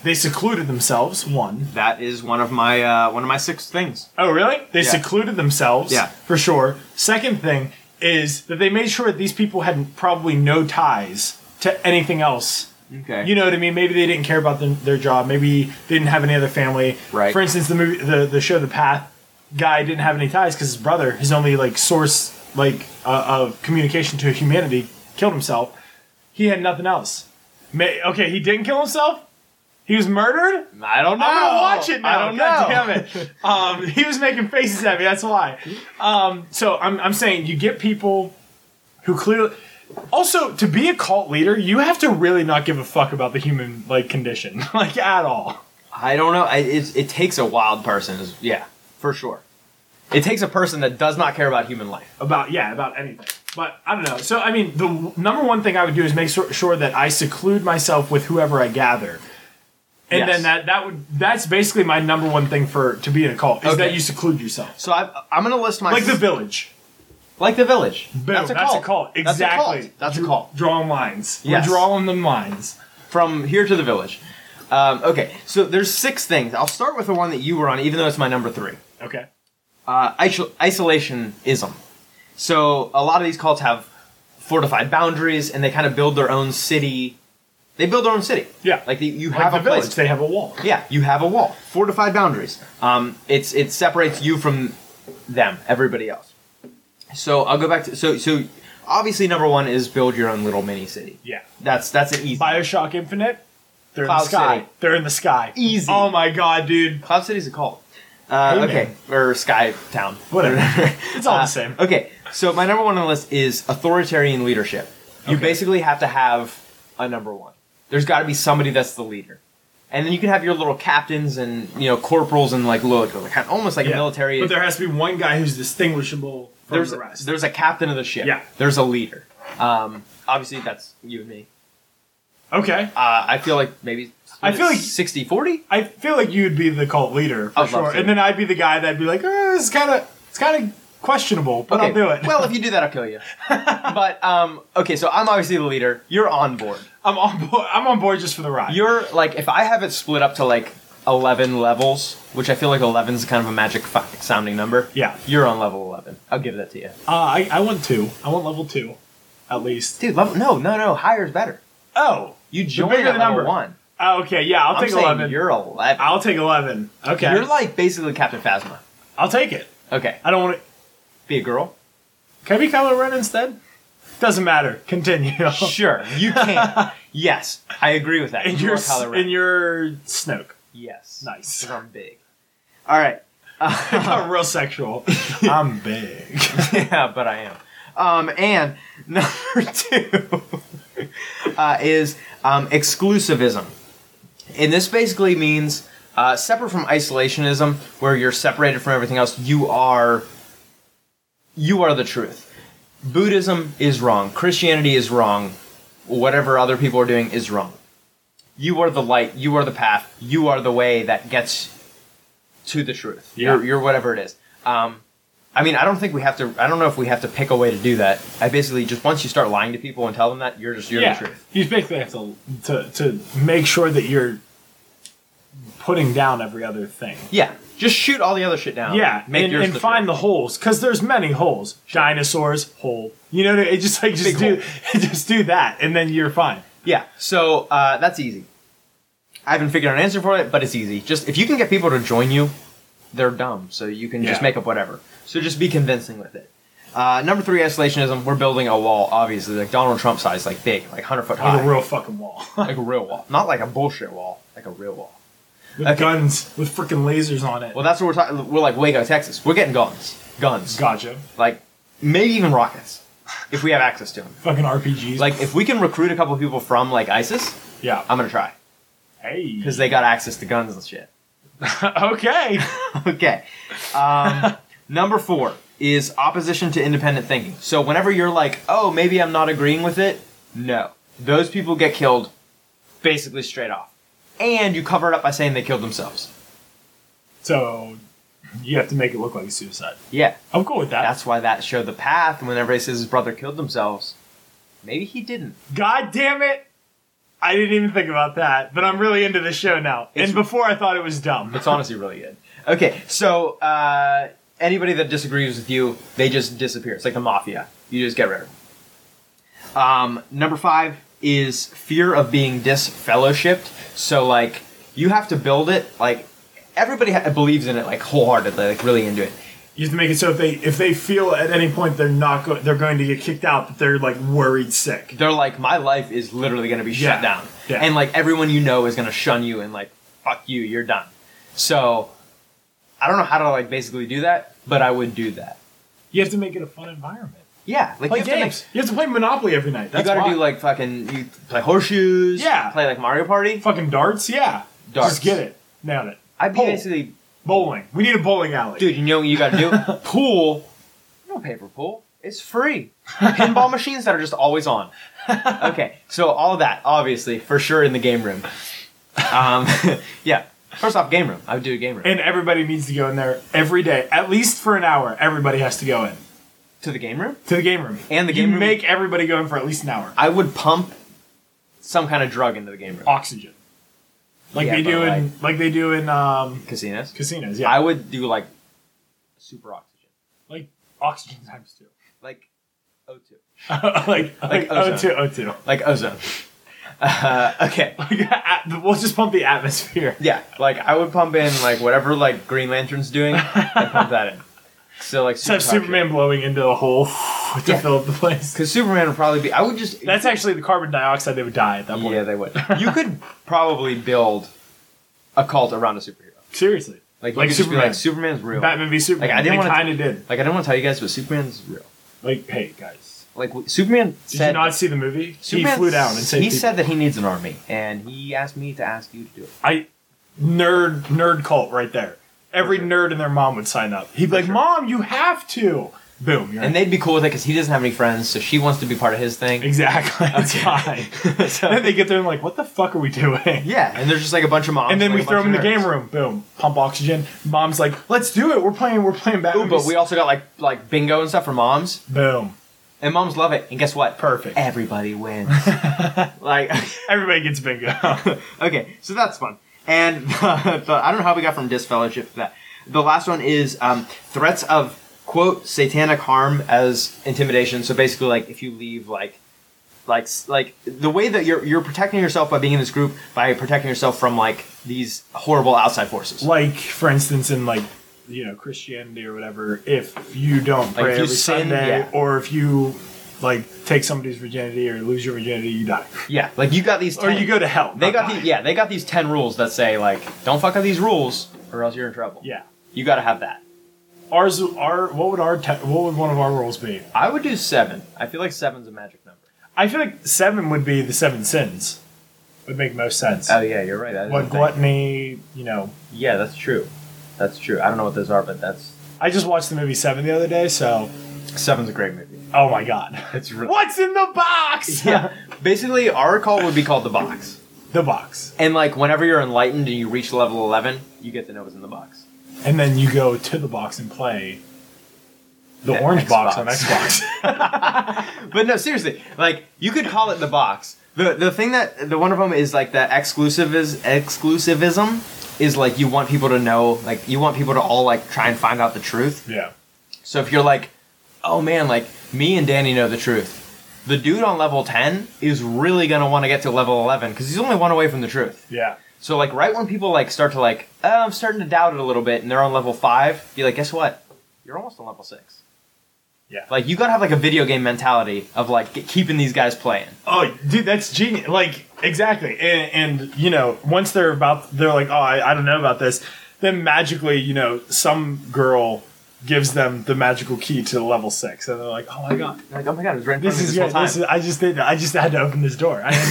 They secluded themselves, one.
That is one of my uh, one of my six things.
Oh, really? They
Yeah.
secluded themselves,
Yeah.
for sure. Second thing is that they made sure that these people had probably no ties to anything else.
Okay.
You know what I mean? Maybe they didn't care about them, their job. Maybe they didn't have any other family.
Right.
For instance, the movie, the, the show, The Path guy didn't have any ties because his brother, his only like source like uh, of communication to humanity, killed himself. He had nothing else. May, okay, he didn't kill himself. He was murdered.
I don't know.
I'm gonna watch it now.
I don't
God
know.
damn it. Um, he was making faces at me. That's why. Um, so I'm, I'm saying you get people who clearly. Also, to be a cult leader, you have to really not give a fuck about the human like condition, like at all.
I don't know. I, it, it takes a wild person. is- Yeah, for sure. It takes a person that does not care about human life.
About yeah, about anything. But I don't know. So I mean, the w- number one thing I would do is make sure, sure that I seclude myself with whoever I gather, and
Yes.
then that that would that's basically my number one thing for to be in a cult is
Okay.
that you seclude yourself,
So I, I'm going to list my
like the village.
like the village.
Boom, that's, a, cult.
That's a cult.
Exactly.
That's a cult.
Drawing lines.
Yes.
We're drawing them lines.
from here to the village. Um, okay, so there's six things. I'll start with the one that you were on, even though it's my number three.
Okay.
Uh, isol- isolationism. So a lot of these cults have fortified boundaries, and they kind of build their own city. They build their own city.
Yeah.
like the, you
Like
have
the
a
village,
place.
they have a wall.
Yeah, you have a wall, fortified boundaries. Um, it's it separates you from them, everybody else. So I'll go back to so so. Obviously, number one is build your own little mini city.
Yeah.
That's that's an easy.
Bioshock Infinite. They're in
Cloud
the sky.
City.
They're in the sky.
Easy.
Oh my god, dude.
Cloud City's a cult. Uh,
Hey,
okay, or Sky Town.
Whatever. it's all
Uh,
the same.
Okay, so my number one on the list is authoritarian leadership. You basically have to have a number one. There's got to be somebody that's the leader, and then you can have your little captains and you know corporals and like little like, kind of almost like
Yeah.
a military.
But there has to be one guy who's distinguishable from
there's
the rest.
there's a captain of the ship.
Yeah.
There's a leader. Um, obviously that's you and me.
okay.
Uh, I feel like maybe
I feel like-
60 40
I feel like you'd be the cult leader for
I'd love
sure,
to.
and then I'd be the guy that'd be like, oh, "It's kind of, it's kind of questionable, but I'll do it."
well, if you do that, I'll kill you. but um, okay, so I'm obviously the leader. You're on board.
I'm on board. I'm on board just for the ride.
You're like, if I have it split up to like 11 levels, which I feel like 11 is kind of a magic f- sounding number.
Yeah.
You're on level 11. I'll give that to you.
uh, I, I want two. I want level two, at least.
Dude, level, no, no, no. Higher is better.
Oh,
You join
bigger
at
the
level
number.
one.
Oh, okay. Yeah, I'll
I'm
take
saying
11
You're 11.
I'll take eleven. Okay,
You're like basically Captain Phasma.
I'll take it.
Okay.
I don't want to.
Be a girl?
Can I be Kylo Ren instead? Doesn't matter. Continue.
Sure. You can. yes. I agree with that.
And
You
you're
are Kylo Ren.
and you're Snoke.
yes.
Nice.
'Cause I'm big. All right.
Got real sexual. I'm big.
yeah, but I am. Um, and number two uh, is um, exclusivism. And this basically means uh, separate from isolationism, where you're separated from everything else. You are you are the truth. Buddhism is wrong. Christianity is wrong. Whatever other people are doing is wrong. You are the light. You are the path. You are the way that gets to the truth. You're,
Yeah.
you're whatever it is. Um, I mean, I don't think we have to. I don't know if we have to pick a way to do that. I basically just once you start lying to people and tell them that you're just you're the
yeah,
truth.
you basically have to, to to make sure that you're putting down every other thing.
Yeah, just shoot all the other shit down.
Yeah,
Um, make
and,
yours
and find
truth.
the holes because there's many holes. Dinosaurs hole. You know, it just like just
Big
do just do that, and then you're fine.
Yeah, so uh, that's easy. I haven't figured out an answer for it, but it's easy. Just if you can get people to join you, they're dumb, so you can just
Yeah.
make up whatever. So just be convincing with it. Uh, number three, isolationism. We're building a wall, obviously, like Donald Trump size, like big, like hundred foot high,
Like a real fucking wall.
like a real wall, not like a bullshit wall, like a real wall.
with
Okay.
guns, with freaking lasers on it.
Well, that's what we're talking. We're like Waco, Texas. We're getting guns, guns,
gotcha.
like maybe even rockets, if we have access to them.
Fucking RPGs.
Like if we can recruit a couple people from like ISIS,
yeah.
I'm gonna try
hey.
because they got access to guns and shit.
okay.
okay. Um, number four is opposition to independent thinking. So whenever you're like, oh, maybe I'm not agreeing with it, no. Those people get killed basically straight off. And you cover it up by saying they killed themselves.
so you have to make it look like a suicide.
Yeah.
I'm cool with that.
That's why that showed the path when everybody says his brother killed themselves. Maybe he didn't.
God damn it! I didn't even think about that, but I'm really into the show now.
It's-
and before I thought it was dumb.
It's honestly really good. Okay, so uh, anybody that disagrees with you, they just disappear. It's like the mafia. You just get rid of them. Um, number five is fear of being disfellowshipped. So, like, you have to build it. Like, everybody ha- believes in it, like, wholeheartedly, like, really into it.
You have to make it so if they if they feel at any point they're not go- they're going to get kicked out, that they're like worried sick.
They're like, my life is literally going to be shut
Yeah.
down.
Yeah.
And, like, everyone you know is going to shun you and, like, fuck you, you're done. So, I don't know how to, like, basically do that, but I would do that.
You have to make it a fun environment.
Yeah, like
Play
you have to make-
games. you have to play Monopoly every night. That's
you gotta
why.
do like fucking you play horseshoes.
Yeah.
Play like Mario Party.
fucking darts. Yeah,
Darts.
Just get it. Nailed it.
I'd be
Pool.
basically,
bowling. We need a bowling alley.
dude. You know what you gotta do? pool. You don't pay for pool. It's free. Pinball machines that are just always on. Okay, so all of that, obviously, for sure in the game room. Um, yeah. First off, game room. I would do a game room.
And everybody needs to go in there every day, at least for an hour. Everybody has to go in
To the game room?
to the game room.
And the
You
game room-
make everybody go in for at least an hour.
I would pump some kind of drug into the game room.
Oxygen, like
Yeah,
they do
but
in like, they do in um,
Casinos.
casinos. Yeah,
I would do like super oxygen.
like oxygen times two.
Like O2.
like like
Like oh,
O
ozone.
two oh O two.
Like ozone. Uh, okay.
We'll just pump the atmosphere.
Yeah, like I would pump in like whatever like Green Lantern's doing, and pump that in. So like
Except Superman blowing into a hole to
Yeah.
fill up the place.
because Superman would probably be. I would just
That's actually the carbon dioxide. They would die at that point.
yeah they would. You could probably build a cult around a superhero.
Seriously,
Like you could
Like
just be
Superman.
like Superman's real.
Batman v Superman.
Like, I didn't
they
wanna-
kind of did.
Like I don't want to tell you guys, but Superman's real.
Like, hey guys,
Like w- Superman
did
said.
you not see the movie?
Superman
he flew down and saved
He
people.
said that he needs an army, and he asked me to ask you to do it.
I nerd nerd cult right there. Every nerd and their mom would sign up. He'd be like, "Mom, you have to." Boom. You're
And they'd be cool with it because he doesn't have any friends, so she wants to be part of his thing.
exactly. That's fine.
So-
then they get there and like, "What the fuck are we doing?"
Yeah, and there's just like a bunch of moms.
And then
like,
we
a
throw
bunch
him in the
of nerds.
game room. Boom. Pump oxygen. Mom's like, "Let's do it. We're playing. We're playing Batman."
Ooh, but
v-
we also got like like bingo and stuff for moms.
Boom.
And moms love it. And guess what?
Perfect.
Everybody wins. like,
Everybody gets bingo.
okay, so that's fun. And the, the, I don't know how we got from disfellowship to that. The last one is um, threats of quote satanic harm as intimidation. So basically, like if you leave, like, like, s- like the way that you're you're protecting yourself by being in this group by protecting yourself from like these horrible outside forces.
like for instance, in like you know Christianity or whatever, if you don't pray
if you
every
sin,
Sunday,
yeah.
or if you like take somebody's virginity or lose your virginity, you die.
Yeah, like you got these.
or
ten-
you go to hell.
They
not
got
die.
the yeah. They got these ten rules that say like don't fuck up these rules or else you're in trouble.
yeah.
you got to have that.
Ours, our what would our te- what would one of our rules be?
I would do seven. I feel like seven's a magic number.
I feel like seven would be the seven sins. Would make most sense.
Oh yeah, you're right. That is a
what
thing.
gluttony? You know,
Yeah, that's true. That's true. I don't know what those are, but that's
I just watched the movie Seven the other day, so
seven's a great movie.
oh my god,
It's really
what's in the box?
yeah. Basically, our call would be called the box.
the box,
And like whenever you're enlightened and you reach level eleven, you get to know what's in the box.
and then you go to the box and play the
The
orange box on
Xbox.
Xbox.
But no, seriously, like you could call it the box. The the thing that the one of them is like the exclusive is exclusivism is like you want people to know, like you want people to all like try and find out the truth.
yeah,
So if you're like, oh man, like me and Danny know the truth. The dude on level 10 is really gonna want to get to level 11 because he's only one away from the truth.
yeah.
So like right when people like start to like, oh, I'm starting to doubt it a little bit, and they're on level five, be like, guess what? You're almost on level six.
Yeah.
Like you gotta have like a video game mentality of like get, keeping these guys playing.
Oh, dude, that's genius! Like exactly, and, and you know, once they're about, they're like, oh, I, I don't know about this. Then magically, you know, some girl gives them the magical key to level six, and they're like, oh my god,
They're like, oh my god, it was right in front
this
of me
is
this whole
good.
time.
This is, I just did. I just had to open this door. I had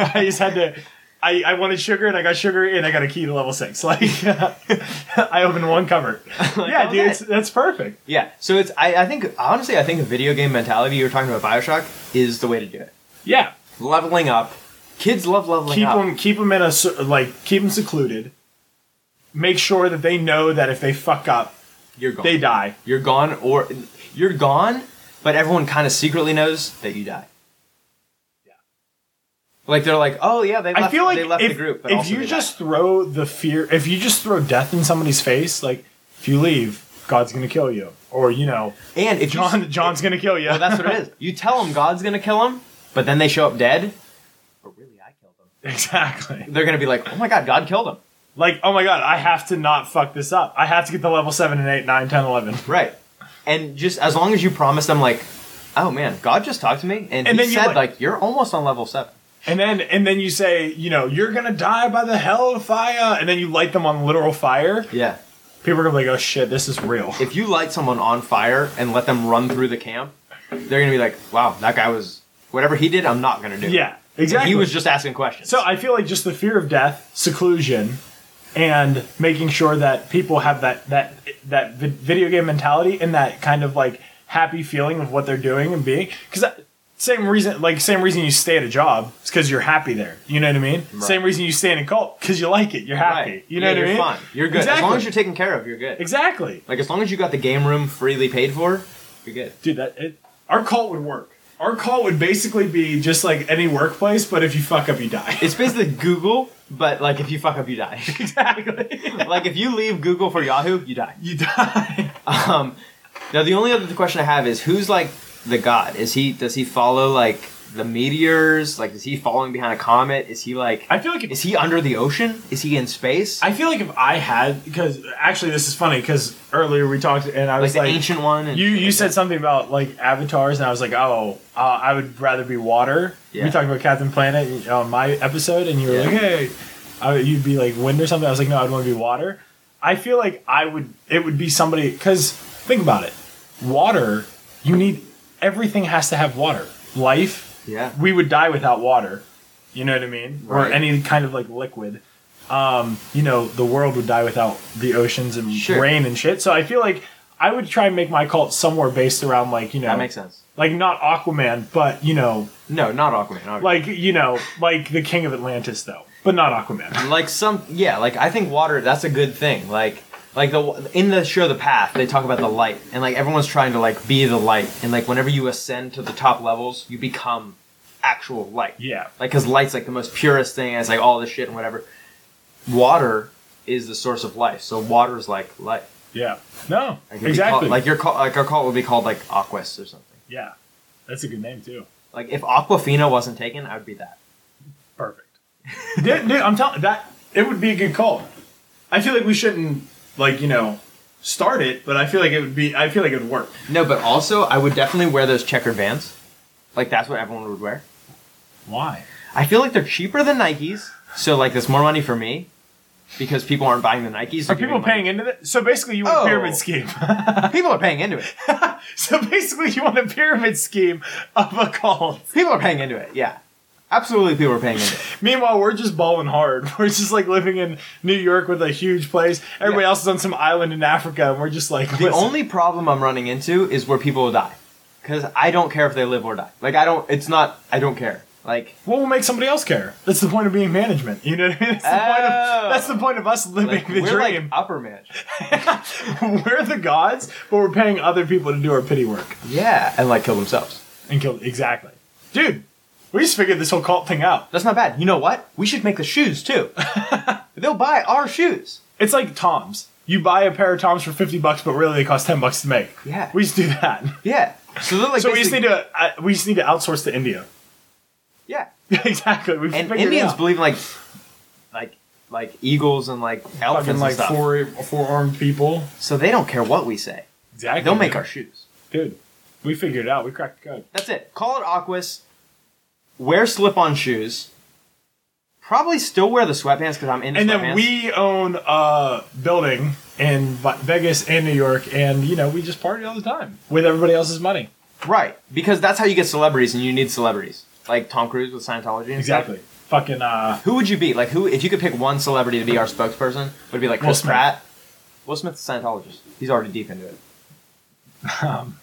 idea. I just had to. I, I wanted sugar and I got sugar and I got a key to level six. Like I opened one cupboard. yeah,
oh,
dude,
man.
it's, that's perfect.
yeah. So it's I, I think honestly I think a video game mentality you were talking about Bioshock is the way to do it.
Yeah,
Leveling up. Kids love leveling
keep
up.
them keep them in a cer- like keep them secluded. Make sure that they know that if they fuck up,
You're gone.
they die.
You're gone, or you're gone, but everyone kind of secretly knows that you die.
Yeah.
Like they're like, oh yeah, they. Left,
I feel like
they left
if,
the group. But
if
also
you
they died."
just throw the fear, if you just throw death in somebody's face, like if you leave, God's gonna kill you, or you know,
and if you,
John John's gonna kill you.
well, that's what it is. You tell them God's gonna kill them, but then they show up dead. But really, I killed them.
exactly.
They're gonna be like, oh my god, God killed them.
Like, oh my God, I have to not fuck this up. I have to get the level seven and eight, nine, ten, eleven,
Right. And just as long as you promise them, like, oh man, God just talked to me, and,
And
he
then you
said
like-
like, you're almost on level seven.
and then and then you say, you know, you're gonna die by the hellfire, and then you light them on literal fire.
Yeah.
People are gonna be like, oh shit, this is real.
If you light someone on fire and let them run through the camp, they're gonna be like, wow, that guy was whatever he did, I'm not gonna do.
Yeah,
And
exactly.
He was just asking questions.
So I feel like just the fear of death, seclusion, and making sure that people have that that that vi- video game mentality and that kind of like happy feeling of what they're doing and being because same reason like same reason you stay at a job it's because you're happy there you know what i mean same reason you stay in a cult because you like it you're happy
Right.
you know
Yeah,
what
you're
i mean
fine. You're good.
exactly.
As long as you're taken care of, you're good.
exactly
Like as long as you got the game room freely paid for, you're good.
dude that it, our cult would work our cult would basically be just like any workplace but if you fuck up you die
It's basically Google, but like if you fuck up, you die.
exactly
like if you leave Google for Yahoo, you die.
you die
Um, now the only other question I have is who's like the god? Is he does he follow like the meteors? Like is he following behind a comet? Is he like
i feel like if
is he under the ocean? Is he in space?
I feel like if I had, because actually this is funny, because earlier we talked and I
like
was
the
like,
ancient one. And
you you said something about like avatars, and I was like, oh, uh, I would rather be water.
Yeah.
We talked about Captain Planet on my episode, and you were
Yeah.
like, hey, I, you'd be like wind or something. I was like, no, I'd want to be water. I feel like I would. It would be somebody because think about it, water. You need everything has to have water. Life.
Yeah.
We would die without water. You know what I mean? Or
Right.
any kind of like liquid you know, the world would die without the oceans and
Sure.
rain and shit. So I feel like I would try and make my cult somewhere based around like, you know,
that makes sense.
like not Aquaman, but you know,
No, not Aquaman. obviously.
like you know, like the King of Atlantis though, but not Aquaman.
like some yeah like i think water that's a good thing like like the in the show the path they talk about the light and like everyone's trying to like be the light and like whenever you ascend to the top levels you become actual light
Yeah.
like because light's like the most purest thing and it's like all this shit and whatever water is the source of life so water is like light
Yeah. No.
Like, it'd be
Exactly.
called- like your call like our call would be called like aquas or something
yeah. That's a good name too.
like if aquafina wasn't taken i would be that
Perfect. dude, dude, I'm telling that it would be a good cult. I feel like we shouldn't like, you know, start it, but I feel like it would be I feel like it would work.
no but also i would definitely wear those checkered vans like that's what everyone would wear
Why?
I feel like they're cheaper than Nikes, so like there's more money for me because people aren't buying the Nikes.
Are people paying into that? So basically you want
Oh.
a pyramid scheme.
People are paying into it.
So basically, you want a pyramid scheme of a cult.
People are paying into it. Yeah, absolutely. People are paying into it.
Meanwhile, we're just balling hard. We're just like living in New York with a huge place. Everybody
Yeah.
else is on some island in Africa, and we're just like
The
listen,
only problem I'm running into is where people will die because I don't care if they live or die. Like I don't. It's not. I don't care. Like
What will make somebody else care? That's the point of being management. You know what I mean? That's the, point,
Oh.
of, that's the point of us living
like,
the
we're like uh
dream.
upper man.
we're the gods, but we're paying other people to do our pity work
Yeah, and like kill themselves.
and kill. Exactly, dude. We just figured this whole cult thing out.
That's not bad. You know what? We should make the shoes too. They'll buy our shoes.
It's like Toms. You buy a pair of Toms for fifty bucks, but really they cost ten bucks to make.
Yeah.
we just do that.
Yeah. So they're like.
so we just
basically-
need to uh, we just need to outsource to India.
Yeah.
exactly. We've
and
figured it
Indians
out.
believe in like, like, like eagles and like elephants
fucking
and
like
stuff.
four four armed people.
So they don't care what we say.
Exactly.
They'll make our shoes.
dude. We figured it out. We cracked the code.
That's it. Call it Aquas. Wear slip-on shoes. Probably still wear the sweatpants because I'm into
And
sweatpants.
then we own a building in Vi- Vegas and New York, and you know we just party all the time with everybody else's money.
right because that's how you get celebrities, and you need celebrities like Tom Cruise with Scientology. And stuff.
Exactly. Fucking uh,
Who would you be? Like who? If you could pick one celebrity to be our spokesperson, would it be like
Will
Chris
Smith.
Pratt? Will Smith's a Scientologist. He's already deep into it.
um,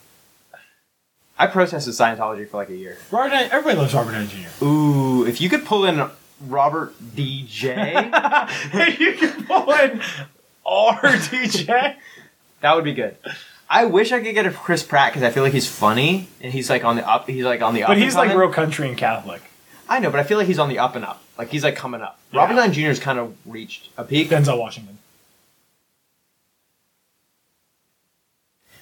I protested Scientology for like a year.
Robert Downey- everybody loves Robert Downey Jr.
Ooh, if you could pull in Robert DJ,
you can pull in RDJ.
that would be good. I wish I could get a Chris Pratt because I feel like he's funny and he's like on the up. He's like on the up.
but
and
he's like
coming.
real country and Catholic.
I know, but I feel like he's on the up and up. Like he's like coming up.
Yeah.
Robert Downey Jr.'s kind of reached a peak.
Denzel Washington.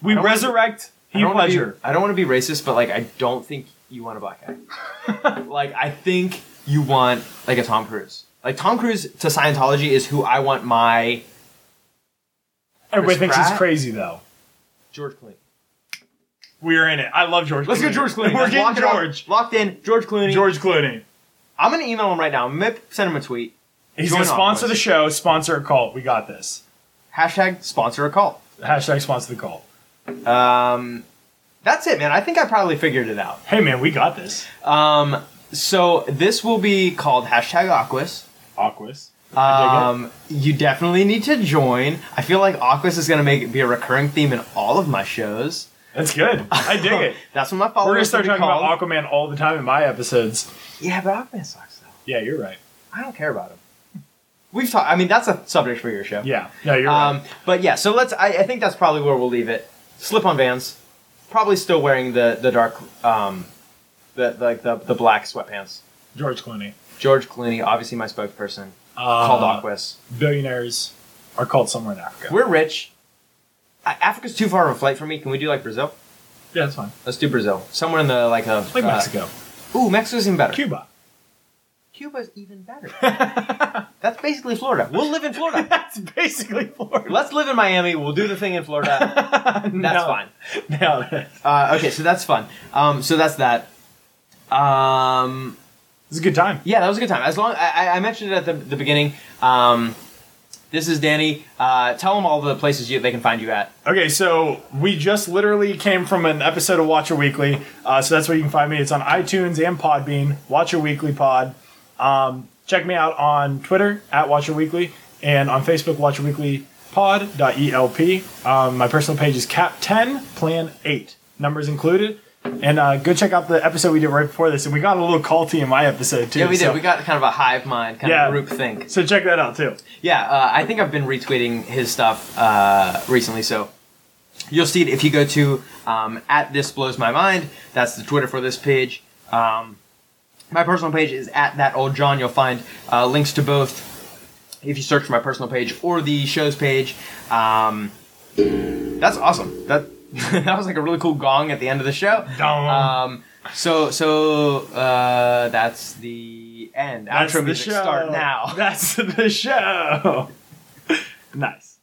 We
I don't
resurrect
I
Heath
don't wanna be-
Ledger.
I don't want to be racist, but like I don't think you want a black guy. like I think you want like a Tom Cruise. Like Tom Cruise to Scientology is who I want my
Everybody
Chris
thinks he's
Pratt?
crazy though.
George Clooney.
We're in it. I love George.
Let's get
Clooney.
George Clooney.
We're
Let's lock
getting
it up.
George.
Locked in. George Clooney.
George Clooney.
I'm gonna email him right now. I'm gonna send him a tweet.
He's
Join
gonna sponsor
Aquas.
the show. Sponsor a cult. We got this.
Hashtag sponsor a call.
Hashtag sponsor the cult.
Um, that's it, man. I think I probably figured it out.
Hey man, we got this.
Um, so this will be called hashtag Aquas.
Aquas. I dig
Um, you definitely need to join. I feel like Aquas is gonna make it be a recurring theme in all of my shows.
That's good. I dig it.
That's what my followers
We're gonna start
will be
talking about
called.
Aquaman all the time in my episodes.
Yeah, but Aquaman sucks though.
Yeah, you're right.
I don't care about him. We've talked. I mean, that's a subject for your show.
Yeah, no, you're
Um,
right.
but yeah, so let's. I, I think that's probably where we'll leave it. Slip on Vans, probably still wearing the the dark, um, the like the, the, black sweatpants.
George Clooney.
George Clooney, obviously my spokesperson,
Uh,
called Aquas.
Billionaires are called somewhere in Africa.
We're rich. I, Africa's too far of a flight for me. Can we do like Brazil?
yeah, that's fine.
Let's do Brazil. Somewhere in the like a
Like
uh,
Mexico,
Ooh, Mexico's even better.
Cuba.
Cuba's even better. That's basically Florida. We'll live in Florida.
That's basically Florida.
Let's live in Miami. We'll do the thing in Florida. That's fine.
Nailed it.
Uh, okay, so that's fun. Um, so that's that. Um,
It's a good time.
yeah, that was a good time. As long I, I- I mentioned it at the, the beginning. Um, this is Danny. Uh, tell them all the places you, they can find you at.
Okay, so we just literally came from an episode of Watcher Weekly, uh, so that's where you can find me. It's on iTunes and Podbean, Watcher Weekly Pod. Um, check me out on Twitter at Watcher Weekly and on Facebook, Watcher Weekly Pod.elp. Um, my personal page is Cap10 Plan 8, numbers included. And uh, go check out the episode we did right before this, and we got a little culty in my episode too.
Yeah, we
so-
did. We got kind of a hive mind, kind
Yeah.
of group think.
So check that out too.
Yeah, uh, I think I've been retweeting his stuff uh, recently, so you'll see it if you go to um, at this blows my mind. That's the Twitter for this page. Um, my personal page is at that old John. You'll find uh, links to both if you search for my personal page or the show's page. Um, that's awesome. That that was like a really cool gong at the end of the show.
Dong.
Um, so so uh, that's the end.
That's
Outro
the
music
show.
start now.
That's the show. nice.